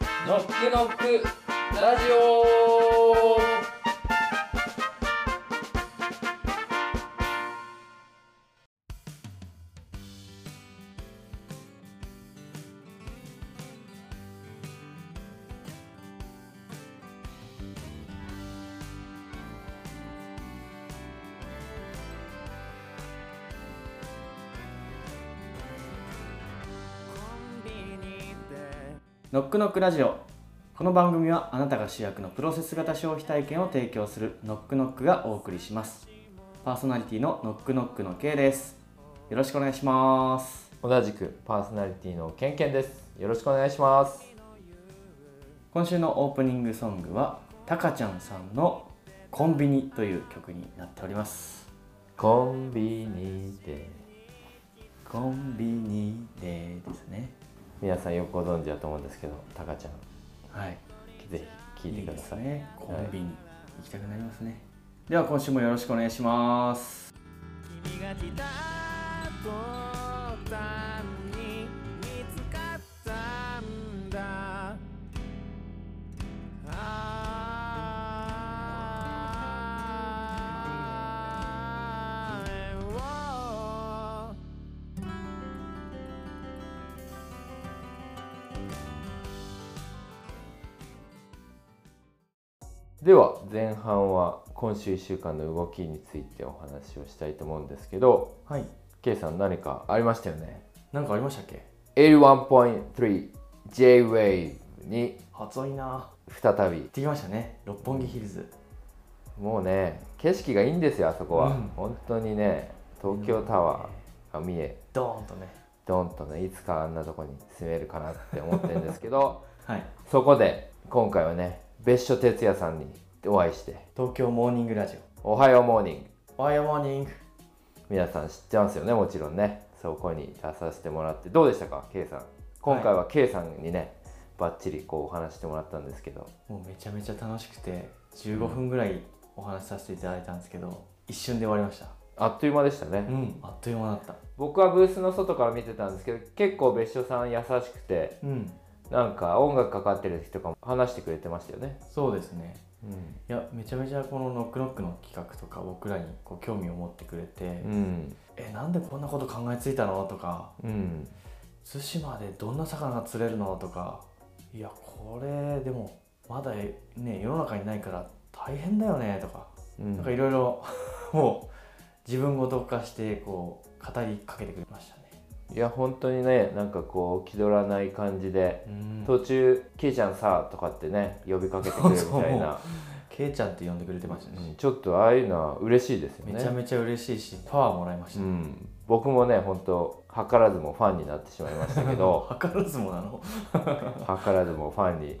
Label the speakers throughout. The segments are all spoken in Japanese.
Speaker 1: くのくラジオ
Speaker 2: ノックノックラジオこの番組はあなたが主役のプロセス型消費体験を提供するノックノックがお送りしますパーソナリティのノックノックの K ですよろしくお願いします
Speaker 1: 同じくパーソナリティのケンケンですよろしくお願いします
Speaker 2: 今週のオープニングソングはたかちゃんさんのコンビニという曲になっております
Speaker 1: コンビニで
Speaker 2: コンビニでですね
Speaker 1: 皆さんよくご存知だと思うんですけどタカちゃん
Speaker 2: はい
Speaker 1: ぜひ聞いてください
Speaker 2: いいですねコンビニ、行きたくなりますねでは今週もよろしくお願いします
Speaker 3: 君が来た途端に見つかったんだああ oh
Speaker 1: では前半は今週1週間の動きについてお話をしたいと思うんですけど
Speaker 2: はい
Speaker 1: K さん何かありましたよね
Speaker 2: なんかありましたっけ
Speaker 1: 81.3JWAVE に
Speaker 2: 初音いな
Speaker 1: 再び
Speaker 2: 行ってきましたね六本木ヒルズ
Speaker 1: もうね景色がいいんですよあそこは、
Speaker 2: うん
Speaker 1: 本当にね東京タワーが見え
Speaker 2: ドーンとね
Speaker 1: ドンとねいつかあんなとこに住めるかなって思ってるんですけど
Speaker 2: はい
Speaker 1: そこで今回はね別所哲也さんにお会いして
Speaker 2: 東京モーニングラジ
Speaker 1: 「おはようモーニング
Speaker 2: オおはようモーニング」
Speaker 1: 皆さん知ってますよねもちろんねそこに出させてもらってどうでしたか K さん今回は K さんにねばっちりこうお話してもらったんですけど
Speaker 2: もうめちゃめちゃ楽しくて15分ぐらいお話しさせていただいたんですけど一瞬で終わりました
Speaker 1: あっという間でしたね、
Speaker 2: うんあっという間だった
Speaker 1: 僕はブースの外から見てたんですけど結構別所さん優しくて
Speaker 2: うん
Speaker 1: なんか音楽かかってる時とかも話してくれてましたよね。
Speaker 2: そうですね
Speaker 1: うん。
Speaker 2: いやめちゃめちゃこの「ノックノック」の企画とか僕らにこう興味を持ってくれて、
Speaker 1: うん。
Speaker 2: えなんでこんなこと考えついたのとか
Speaker 1: うん。
Speaker 2: 対馬でどんな魚が釣れるのとかいやこれでもまだえね世の中にないから大変だよねとか
Speaker 1: うん
Speaker 2: なんかいろいろ もう自分ごと化してこう語りかけてくれましたね。
Speaker 1: いや本当にねなんかこう気取らない感じで
Speaker 2: うん
Speaker 1: 途中「ケイちゃんさ」とかってね呼びかけてくれるみたいな
Speaker 2: けいちゃんって呼んでくれてましたし、
Speaker 1: うんちょっとああいうのは嬉しいですよね。
Speaker 2: めちゃめちゃ嬉しいしパワーもらいまし
Speaker 1: う
Speaker 2: た。
Speaker 1: ん、僕もね本当図らずもファンになってしまいましたけ ど
Speaker 2: 図らずもなの、
Speaker 1: 図らずもファンに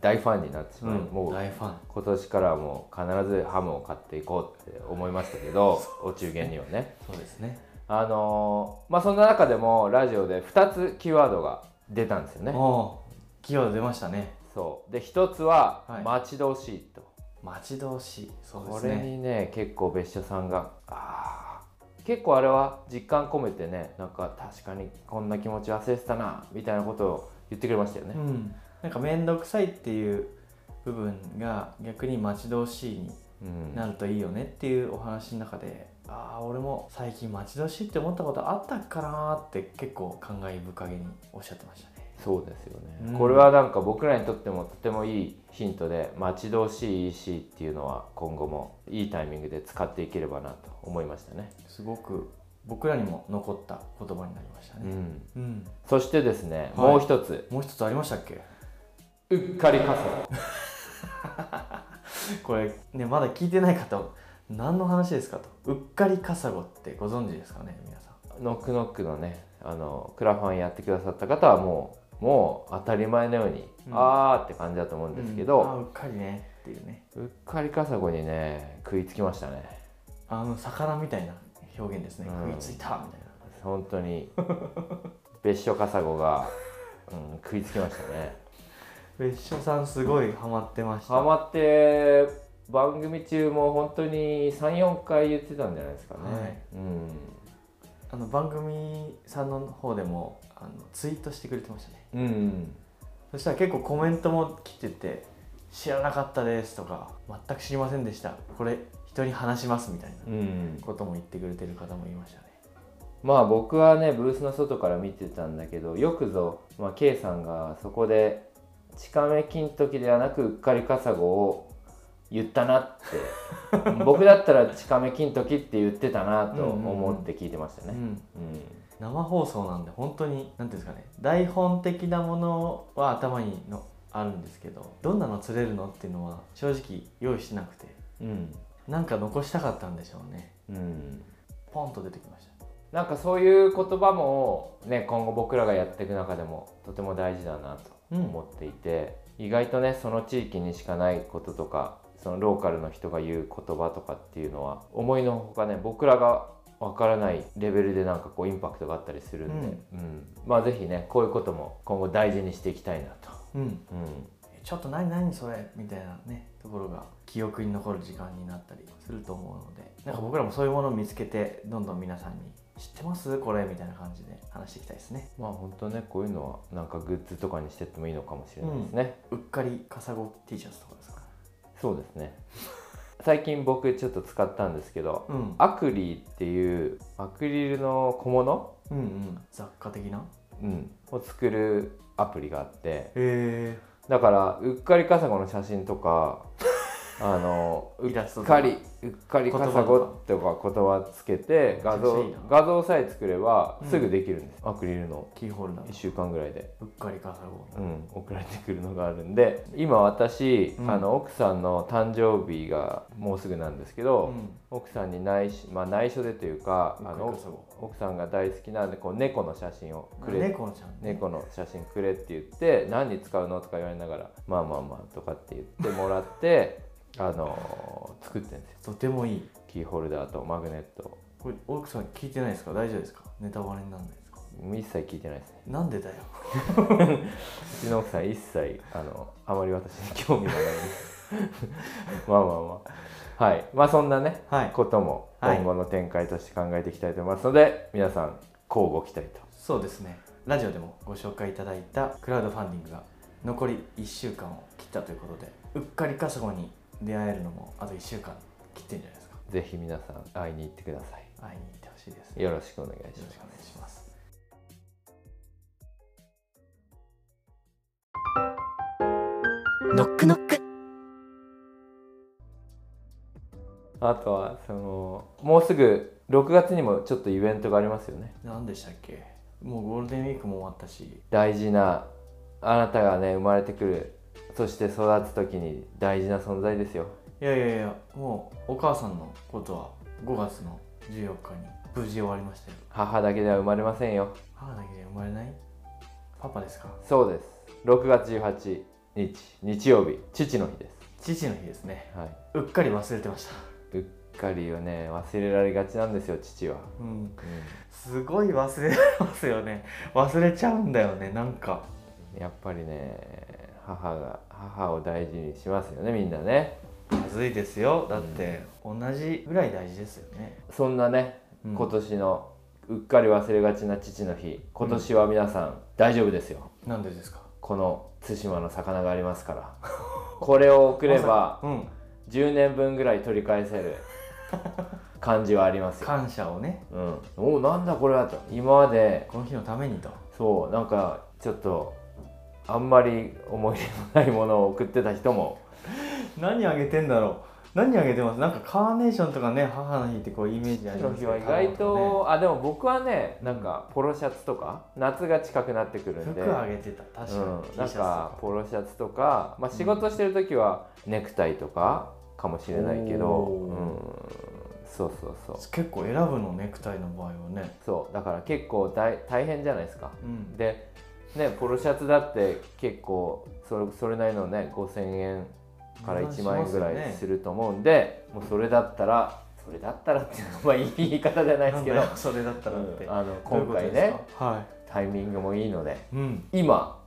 Speaker 1: 大ファンになってしまい、もう
Speaker 2: 大ファン
Speaker 1: 今年からはもう必ずハムを買っていこうって思いましたけどお中元にはね。
Speaker 2: そうですね。
Speaker 1: あのーまあそんな中でもラジオで2つキーワードが出たんですよね。
Speaker 2: おう企業出ましたね。
Speaker 1: そうで1つは
Speaker 2: はい
Speaker 1: 待ち遠しいと、
Speaker 2: 待ち遠しいそうで
Speaker 1: こ
Speaker 2: す
Speaker 1: れ
Speaker 2: ね。
Speaker 1: にね結構別所さんがあー結構あれは実感込めてねなんか確かにこんな気持ち忘れてたなみたいなことを言ってくれましたよね
Speaker 2: う。ん、なんか面倒くさいっていう部分が逆に待ち遠しいに
Speaker 1: うん
Speaker 2: なるといいよねっていうお話の中で、ああ俺も最近待ち遠しいって思ったことあったかなーって結構感慨深げにおっしゃってましたね
Speaker 1: そうですよね、
Speaker 2: うん
Speaker 1: これはなんか僕らにとってもとてもいいヒントで待ち遠しい EC っていうのは今後もいいタイミングで使っていければなと思いましたね。
Speaker 2: すごく僕らにも残った言葉になりました
Speaker 1: う
Speaker 2: ね、
Speaker 1: ん
Speaker 2: うん
Speaker 1: そしてですね、
Speaker 2: はい
Speaker 1: もう一つ
Speaker 2: もう一つありましたっけ
Speaker 1: うっかり傘
Speaker 2: これねまだ聞いてない方何の話ですかとうっかりカサゴってご存知ですかね皆さん
Speaker 1: ノックノックのねあのクラファンやってくださった方はもうもう当たり前のように、
Speaker 2: うん
Speaker 1: あーって感じだと思うんですけ
Speaker 2: うんあ
Speaker 1: ど、
Speaker 2: ーうっかりねっていうね
Speaker 1: うっかり傘子にね食いつきましたね
Speaker 2: あの魚みたいな表現ですね、
Speaker 1: うん
Speaker 2: 食いついたみたいな
Speaker 1: 本当 に別所傘子が、うん、食いつきましたね
Speaker 2: 別所さんすごいハマってました
Speaker 1: ハマって番組中も本当に34回言ってたんじゃないですかね、
Speaker 2: はい
Speaker 1: うん
Speaker 2: あの番組さんの方でもあのツイートしてくれてましたね
Speaker 1: うん
Speaker 2: そそしたら結構コメントも来てて「知らなかったです」とか「全く知りませんでしたこれ人に話します」みたいな
Speaker 1: うん、
Speaker 2: ことも言ってくれてる方もいましたね
Speaker 1: まあ僕はねブースの外から見てたんだけどよくぞ、まあ、K さんがそこで近め金時ではなくうっかりカサゴを言ったなって 僕だったら近め金時って言ってたなと思って聞いてました
Speaker 2: う
Speaker 1: ね。
Speaker 2: ん
Speaker 1: うん
Speaker 2: 生放送なんで本当に何ていうんですかね台本的なものは頭にのあるんですけどどんなの釣れるのっていうのは正直用意してなくて
Speaker 1: うん
Speaker 2: なんか残したかったんでしょうね
Speaker 1: うん
Speaker 2: ポンと出てきました
Speaker 1: なんかそういう言葉も、ね、今後僕らがやっていく中でもとても大事だなと思っていて、意外とねその地域にしかないこととかそのローカルの人が言う言葉とかっていうのは思いのほかね僕らがわからないレベルでなんかこうインパクトがあったりするんで、うんまあ是非ねこういうことも今後大事にしていきたいなと。
Speaker 2: うん
Speaker 1: うん
Speaker 2: ちょっと何何それみたいなねところが記憶に残る時間になったりすると思うのでなんか僕らもそういうものを見つけてどんどん皆さんに「知ってますこれ」みたいな感じで話していきたいですね
Speaker 1: まあ本当ねこういうのはなんかグッズとかにしてってもいいのかもしれないですね。
Speaker 2: うっかりカサゴ T シャツとかですか
Speaker 1: そうですね 最近僕ちょっと使ったんですけど
Speaker 2: うん
Speaker 1: アクリーっていうアクリルの小物、
Speaker 2: うんうん雑貨的な
Speaker 1: うん、を作るアプリがあって
Speaker 2: へ
Speaker 1: だからうっかりカサゴの写真と かあのう
Speaker 2: イ
Speaker 1: っ
Speaker 2: ラストとか
Speaker 1: かりうっかりカサゴとか言葉つけて画
Speaker 2: めちゃくちゃ
Speaker 1: 像
Speaker 2: いいな
Speaker 1: 画像さえ作れば
Speaker 2: うん
Speaker 1: すぐできるんです、アクリルの
Speaker 2: えキーホルダ
Speaker 1: 1
Speaker 2: ー
Speaker 1: 週間ぐらいで。
Speaker 2: うっかりカサゴ
Speaker 1: うん、送られてくるのがあるんで今私、
Speaker 2: うん
Speaker 1: あの奥さんの誕生日がもうすぐなんですけど、
Speaker 2: うん
Speaker 1: 奥さんに内緒,、まあ、内緒でというか
Speaker 2: うっ
Speaker 1: あ
Speaker 2: か
Speaker 1: の
Speaker 2: りカサゴ
Speaker 1: 奥さんが大好きなんでこう猫の写真をくれ
Speaker 2: 猫ちゃんね
Speaker 1: 猫の写真くれって言って何に使うのとか言われながらまあまあまあとかって言ってもらって あのー作ってるんですよ
Speaker 2: とてもいい
Speaker 1: キーホルダーとマグネット
Speaker 2: これ奥さん聞いてないですか大丈夫ですかネタバレにならないですか
Speaker 1: 一切聞いてないですね
Speaker 2: なんでだよ
Speaker 1: うちの奥さん一切あのあまり私に興味がないです まあまあまあはいまあそんなね
Speaker 2: はい
Speaker 1: ことも
Speaker 2: はい
Speaker 1: 今後の展開として考えていきたいと思いますので、皆さん交互期待と
Speaker 2: そうですねラジオでもご紹介いただいたクラウドファンディングが残り1週間を切ったということでうっかりカサゴに出会えるのもあと1週間切ってんじゃないですか
Speaker 1: ぜひ皆さん会いに行ってください
Speaker 2: 会いに行ってほしいです
Speaker 1: よろしくお願いし
Speaker 2: よ
Speaker 1: ま
Speaker 2: ろし
Speaker 1: す
Speaker 2: くお願いします
Speaker 4: ノックノック
Speaker 1: あとはそのもうすぐ6月にもちょっとイベントがありますよね
Speaker 2: 何でしたっけもうゴールデンウィークも終わったし
Speaker 1: 大事なあなたがね生まれてくるそして育つ時に大事な存在ですよ
Speaker 2: いやいやいやもうお母さんのことは5月の14日に無事終わりましたよ
Speaker 1: 母だけでは生まれませんよ
Speaker 2: 母だけで生まれないパパですか
Speaker 1: そうです6月18日日曜日父の日です、
Speaker 2: 父の日ですね
Speaker 1: は
Speaker 2: うっかり忘れてました
Speaker 1: い、うっかりをね忘れられがちなんですよ父は、
Speaker 2: うん
Speaker 1: う
Speaker 2: すごい忘れますよね忘れちゃうんだよねなんか
Speaker 1: ん、やっぱりね母が母を大事にしますよねみんなね
Speaker 2: まずいですよだって、同じぐらい大事ですよね、
Speaker 1: そんなね、
Speaker 2: うん
Speaker 1: 今年のうっかり忘れがちな父の日今年は皆さん、大丈夫ですよ
Speaker 2: なんでですか
Speaker 1: この対馬の魚がありますから これを送れば
Speaker 2: うん
Speaker 1: 10年分ぐらい取り返せる感じはありますよ、
Speaker 2: 感謝をね
Speaker 1: うん、おなんだこれはと今まで
Speaker 2: この日のためにと
Speaker 1: そうなんかちょっとあんまり思い入れのないものを送ってた人も
Speaker 2: 何あげてんだろう何あげてますなんかカーネーションとかね母の日ってこうイメージあ
Speaker 1: 父
Speaker 2: りま
Speaker 1: の日
Speaker 2: すけ
Speaker 1: は
Speaker 2: ど
Speaker 1: 意外と
Speaker 2: ね
Speaker 1: あでも僕はねなんかポロシャツとか夏が近くなってくるんで
Speaker 2: 服あげてた確かに、
Speaker 1: うん、
Speaker 2: T シャ
Speaker 1: なん
Speaker 2: ツとか
Speaker 1: かポロシャツとか、まあ、仕事してる時はネクタイとかかもしれないけど、
Speaker 2: お
Speaker 1: う
Speaker 2: ー
Speaker 1: ん、そうそうそう
Speaker 2: 結構選ぶのネクタイの場合はね
Speaker 1: そうだから結構大大変じゃないですか
Speaker 2: うん
Speaker 1: でねポロシャツだって結構それそれなりのね5,000円から1万円ぐら
Speaker 2: します
Speaker 1: い
Speaker 2: よね
Speaker 1: すると思うんで、もうそれだったらそれだったらっていうのはまあいい言い方じゃないですけど
Speaker 2: なんだ よそれだったらって、
Speaker 1: うんあの
Speaker 2: どうい
Speaker 1: 今
Speaker 2: うこと
Speaker 1: 回
Speaker 2: です
Speaker 1: ね
Speaker 2: かは
Speaker 1: タイミングもいいので
Speaker 2: いうん
Speaker 1: 今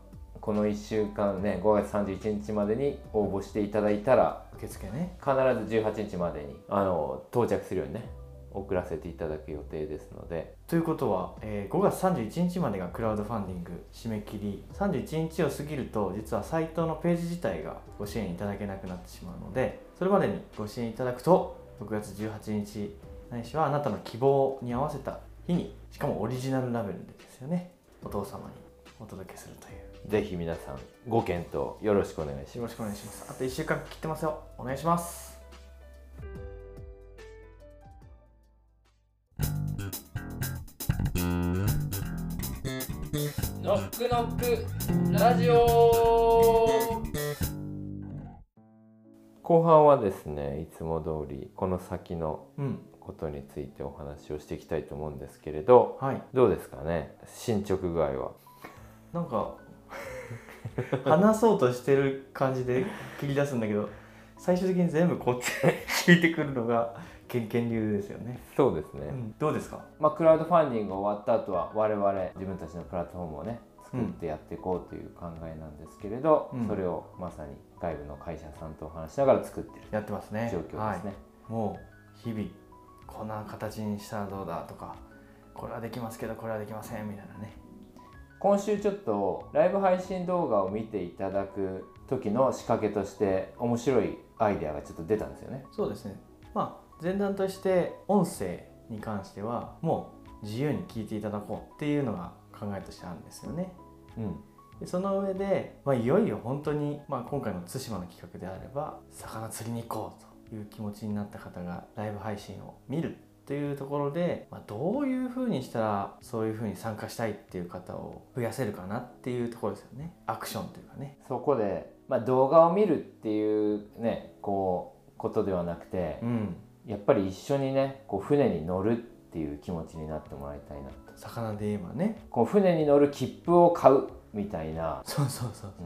Speaker 1: この1週間ね5月31日までに応募していただいたら
Speaker 2: 受付ね
Speaker 1: 必ず18日までにあの到着するようにねお送らせていただく予定ですので
Speaker 2: ということは、えー5月31日までがクラウドファンディング締め切り31日を過ぎると実はサイトのページ自体がご支援いただけなくなってしまうのでそれまでにご支援いただくと6月18日ないしはあなたの希望に合わせた日にしかもオリジナルラベルでですよねお父様にお届けするという
Speaker 1: ぜひ皆さんご検討よろしくお願いし
Speaker 2: よ
Speaker 1: ま
Speaker 2: ろ
Speaker 1: す
Speaker 2: しくお願いしますあと1週間切ってますよお願いします
Speaker 5: ノックノックラジオ
Speaker 1: 後半はですねいつも通りこの先の
Speaker 2: うん
Speaker 1: ことについてお話をしていきたいと思うんですけれど
Speaker 2: はい
Speaker 1: どうですかね進捗具合は
Speaker 2: なんか話そうとしてる感じで切り出すんだけど最終的に全部こっちに 聞いてくるのがケンケン流ですよね、
Speaker 1: そうですね、
Speaker 2: うん、どうですか
Speaker 1: まあ、クラウドファンディングが終わった後は我々自分たちのプラットフォームをね作ってやっていこうという考えなんですけれど、
Speaker 2: うん
Speaker 1: それをまさに外部の会社さんとお話しながら作ってる
Speaker 2: やってますね
Speaker 1: 状況ですね、
Speaker 2: はい、もう日々こんな形にしたらどうだとかこれはできますけどこれはできませんみたいなね
Speaker 1: 今週ちょっとライブ配信動画を見ていただく時の仕掛けとして面白いアイデアがちょっと出たんですよね
Speaker 2: そうですねまあ前段として音声に関してはもう自由に聞いていただこうっていうのが考えとしてあるんですよね
Speaker 1: うん
Speaker 2: でその上で、まあ、いよいよ本当に、まあ、今回の対馬の企画であれば魚釣りに行こうという気持ちになった方がライブ配信を見るというところで、まあ、どういうふうにしたらそういうふうに参加したいっていう方を増やせるかなっていうところですよねアクションというかね
Speaker 1: そこで、まあ、動画を見るっていうねこうことではなくて
Speaker 2: うん
Speaker 1: やっぱり一緒にねこう船に乗るっていう気持ちになってもらいたいなと
Speaker 2: 魚で言えばね
Speaker 1: こう船に乗る切符を買うみたいな、
Speaker 2: そうそうそう
Speaker 1: うん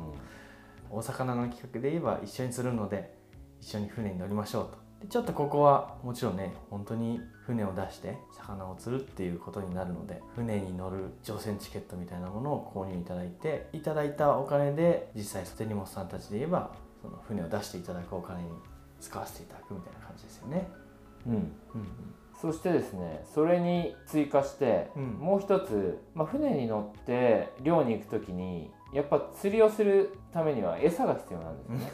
Speaker 2: お魚の企画で言えば一緒に釣るので一緒に船に乗りましょうとでちょっとここはもちろんね本当に船を出して魚を釣るっていうことになるので船に乗る乗船チケットみたいなものを購入いただいていただいたお金で実際手荷物さんたちで言えばその船を出していただくお金に使わせていただくみたいな感じですよね。
Speaker 1: うん
Speaker 2: うん
Speaker 1: そしてですねそれに追加して、
Speaker 2: うん
Speaker 1: もう一つ、まあ、船に乗って漁に行く時にやっぱ釣りをするためには餌が必要なんですね、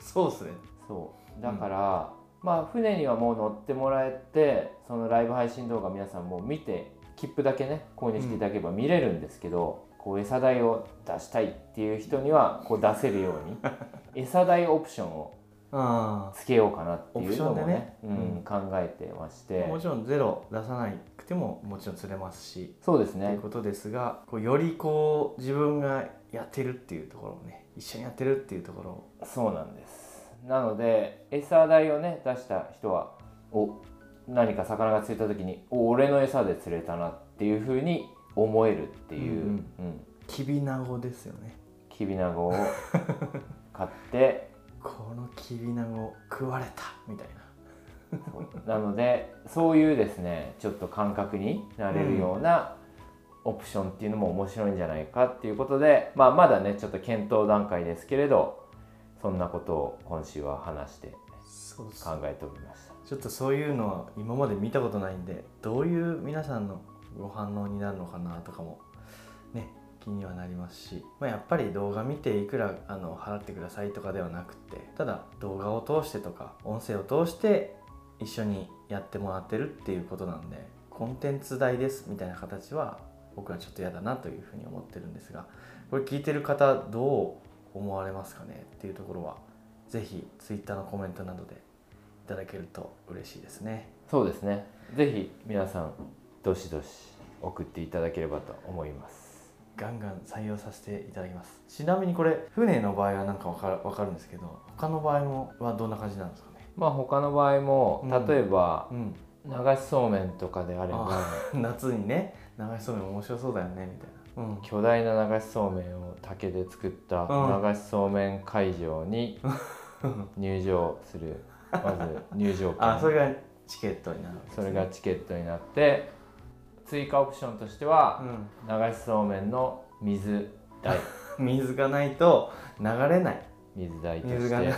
Speaker 2: そうですね。
Speaker 1: うん、そうだから、まあ船にはもう乗ってもらえてそのライブ配信動画皆さんもう見て切符だけね購入していただければ見れるんですけど、こう餌代を出したいっていう人にはこう出せるよ うに餌代オプションを
Speaker 2: あ
Speaker 1: つけようかなっていうの
Speaker 2: オプショ
Speaker 1: も
Speaker 2: ン
Speaker 1: ね
Speaker 2: でね
Speaker 1: うん
Speaker 2: うん
Speaker 1: 考えてまし
Speaker 2: あ
Speaker 1: て
Speaker 2: もちろんゼロ出さなくてももちろん釣れますし
Speaker 1: そうです
Speaker 2: とい
Speaker 1: ね
Speaker 2: うことですがこうよりこう自分がやってるっていうところをね一緒にやってるっていうところを
Speaker 1: そうなんですなので餌代をね出した人はお何か魚が釣れた時にお俺の餌で釣れたなっていうふうに思えるっていう、
Speaker 2: う
Speaker 1: うんん
Speaker 2: きびなごですよね
Speaker 1: きびなごを買って
Speaker 2: このきびなご食われたみたいな
Speaker 1: そうなのでそういうですねちょっと感覚になれるような、オプションっていうのも面白いんじゃないかっていうことで、まあ、まだねちょっと検討段階ですけれどそんなことを今週は話して
Speaker 2: そうそ
Speaker 1: 考
Speaker 2: う
Speaker 1: えておりました。
Speaker 2: ちょっとそういうのは今まで見たことないんでどういう皆さんのご反応になるのかなとかもね気にはなりますし、まあ、やっぱり動画見ていくらあの払ってくださいとかではなくてただ動画を通してとか音声を通して一緒にやってもらってるっていうことなんでコンテンツ代ですみたいな形は僕はちょっと嫌だなというふうに思ってるんですがこれ聞いてる方どう思われますかねっていうところは是非 Twitter のコメントなどでいただけると嬉しいですね。
Speaker 1: そうですね。ぜひ皆さんどしどし送っていただければと思います。
Speaker 2: ガンガン採用させていただきますちなみにこれ船の場合はなんかわかるわかるんですけど他の場合もはどんな感じなんですかね
Speaker 1: まあ他の場合も
Speaker 2: うん
Speaker 1: 例えば
Speaker 2: う
Speaker 1: 流しそうめんとかであれば
Speaker 2: ん夏にね流しそうめん面白そうだよねみたいなうん
Speaker 1: 巨大な流しそうめんを竹で作った
Speaker 2: うん
Speaker 1: 流しそうめん会場 に入場するまず入場
Speaker 2: あそ
Speaker 1: 券
Speaker 2: れがチケットになるわけです
Speaker 1: そ
Speaker 2: ね
Speaker 1: れがチケットになって追加オプションとしては流しそうめんの水代
Speaker 2: うん、水がないと流れない
Speaker 1: 水代と
Speaker 2: 水
Speaker 1: し
Speaker 2: がな
Speaker 1: て
Speaker 2: い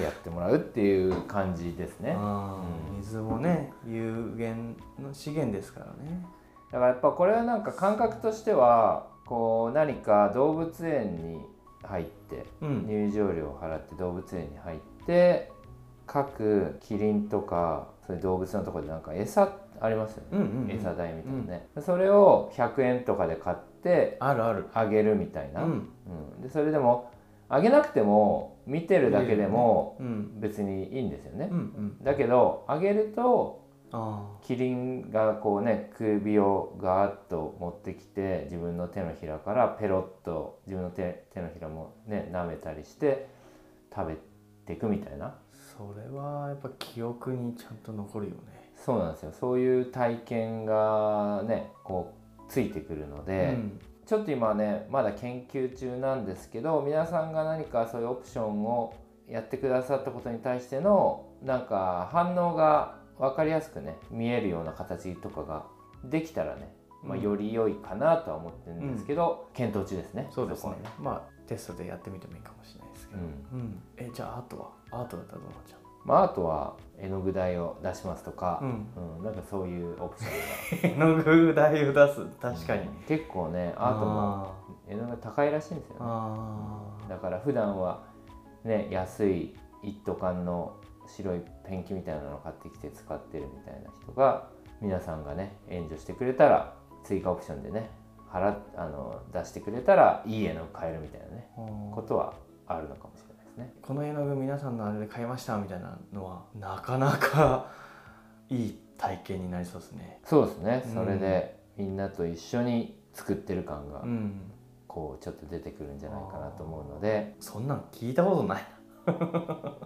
Speaker 1: やってもらうっていう感じですね。
Speaker 2: あー
Speaker 1: うん
Speaker 2: 水もね有限の資源ですからね
Speaker 1: だからやっぱこれはなんか感覚としてはこう何か動物園に入って
Speaker 2: うん
Speaker 1: 入場料を払って動物園に入って各キリンとかそういう動物のところでなんか餌ありますよね、
Speaker 2: うんうん
Speaker 1: 餌代みたいなね、それを100円とかで買って
Speaker 2: あるある
Speaker 1: あげるみたいな、
Speaker 2: うん
Speaker 1: うんでそれでもあげなくても見てるだけでも
Speaker 2: うん
Speaker 1: 別にいいんですよね
Speaker 2: うんう、ん
Speaker 1: だけどあげると
Speaker 2: あ
Speaker 1: キリンがこうね首をガーッと持ってきて自分の手のひらからペロッと自分の手手のひらもね舐めたりして食べていくみたいな
Speaker 2: あそれはやっぱ記憶にちゃんと残るよね
Speaker 1: そうなんですよそういう体験がねこうついてくるので、
Speaker 2: うん
Speaker 1: ちょっと今ねまだ研究中なんですけど皆さんが何かそういうオプションをやってくださったことに対してのなんか反応が分かりやすくね見えるような形とかができたらね、まあ、
Speaker 2: うん
Speaker 1: より良いかなとは思ってるんですけど、検討中ですね。
Speaker 2: そうですね
Speaker 1: こは
Speaker 2: まあテストでやってみてもいいかもしれないですけ
Speaker 1: う
Speaker 2: ど
Speaker 1: ん
Speaker 2: うんえじゃあアートはアートだったらどうなっちゃ
Speaker 1: まあ、あとは絵の具代を出しますとか、
Speaker 2: ううん
Speaker 1: うんなんかそういうオプション
Speaker 2: 絵の具代を出す確かに
Speaker 1: うん結構ねアートも絵の具高いらしいんですよね。
Speaker 2: あー
Speaker 1: だから普段はね安い一斗缶の白いペンキみたいなのを買ってきて使ってるみたいな人が皆さんがね援助してくれたら追加オプションでね払っあの出してくれたらいい絵の具買えるみたいなね
Speaker 2: あー
Speaker 1: ことはあるのかもしれないですね。
Speaker 2: この絵の具皆さんのあれで買いましたみたいなのはなかなか いい体験になりそうですね。
Speaker 1: そうですね
Speaker 2: うん
Speaker 1: それでみんなと一緒に作ってる感が
Speaker 2: うん、
Speaker 1: こうちょっと出てくるんじゃないかなと思うので
Speaker 2: そんなん聞いたことない。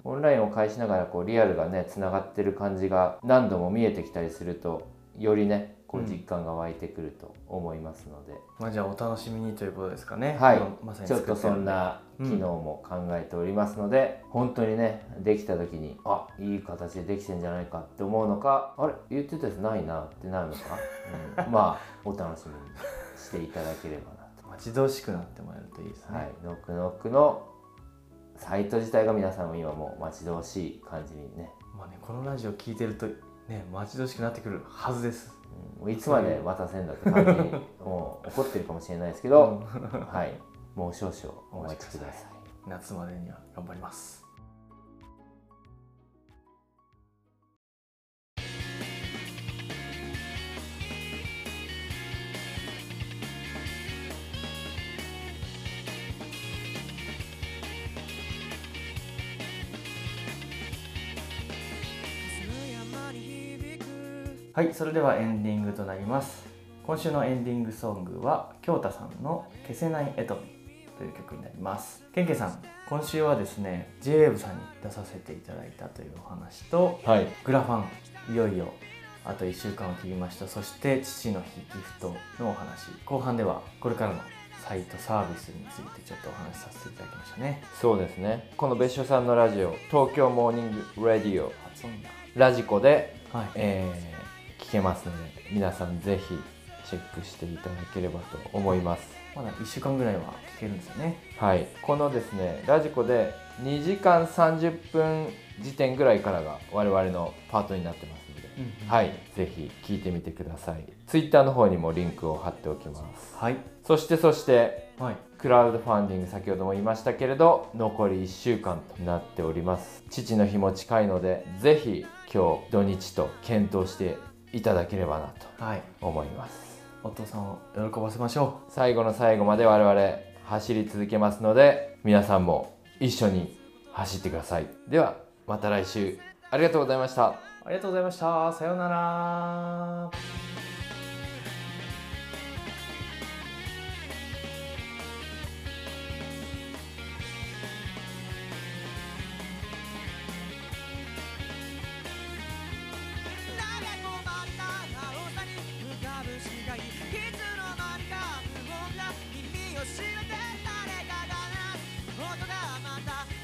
Speaker 1: オンラインを介しながらこうリアルがねつながってる感じが何度も見えてきたりするとよりねこう
Speaker 2: うん
Speaker 1: 実感が湧いてくると思いますので、
Speaker 2: まあじゃあお楽しみにということですかね。
Speaker 1: はい
Speaker 2: 今まさに
Speaker 1: ちょっ
Speaker 2: 作
Speaker 1: と
Speaker 2: って
Speaker 1: そ
Speaker 2: る
Speaker 1: ん。な機能も考えておりますので、本当にねできた時にあいい形でできてんじゃないかって思うのかあれ言ってたやつないなってなるのか、 うん、まあお楽しみにしていただければなと。
Speaker 2: 待ち遠しくなってもらえるといいですね。
Speaker 1: はい、ノックノックのサイト自体が皆さんも今もう待ち遠しい感じにね
Speaker 2: まあねこのラジオ聞いてるとね待ち遠しくなってくるはずです。
Speaker 1: もういつまで待たせんだって感じ にもう怒ってるかもしれないですけど、はい、もう少々お待ちください。
Speaker 2: 夏までには頑張ります。はい、それではエンディングとなります。今週のエンディングソングは京太さんの消せないエトミという曲になります。けんけんさん、今週はですね、J-Wave さんに出させていただいたというお話と、
Speaker 1: はい、
Speaker 2: グラファンいよいよあと1週間を切りましたそして父の日ギフトのお話後半ではこれからのサイトサービスについてちょっとお話しさせていただきましたね
Speaker 1: そうですね。この別所さんのラジオ、東京モーニングラディオ、
Speaker 2: 発音だ
Speaker 1: ラジコで、
Speaker 2: はい
Speaker 1: えー聞けますので、皆さんぜひチェックしていただければと思います。
Speaker 2: まだ1週間ぐらいは聞けるんですよね
Speaker 1: はい、このですね、ラジコで2時間30分時点ぐらいからが我々のパートになってますので。
Speaker 2: い、
Speaker 1: はい、ぜひ聞いてみてください。ツイッターの方にもリンクを貼っておきます。
Speaker 2: はい
Speaker 1: そしてそして、
Speaker 2: はい、
Speaker 1: クラウドファンディング先ほども言いましたけれど、残り1週間となっております。父の日も近いので、ぜひ今日土日と検討していただければなと
Speaker 2: はい、
Speaker 1: 思います。
Speaker 2: お父さんを喜ばせましょ
Speaker 1: 最後の最後まで我々走り続けますので、皆さんも一緒に走ってください。では、また来週ありがとうございました。
Speaker 2: うありがとうございましたさようなら
Speaker 3: 誰もまた青さに浮かぶ視界いつの間にか無音が耳を閉めて誰かが鳴る音がまた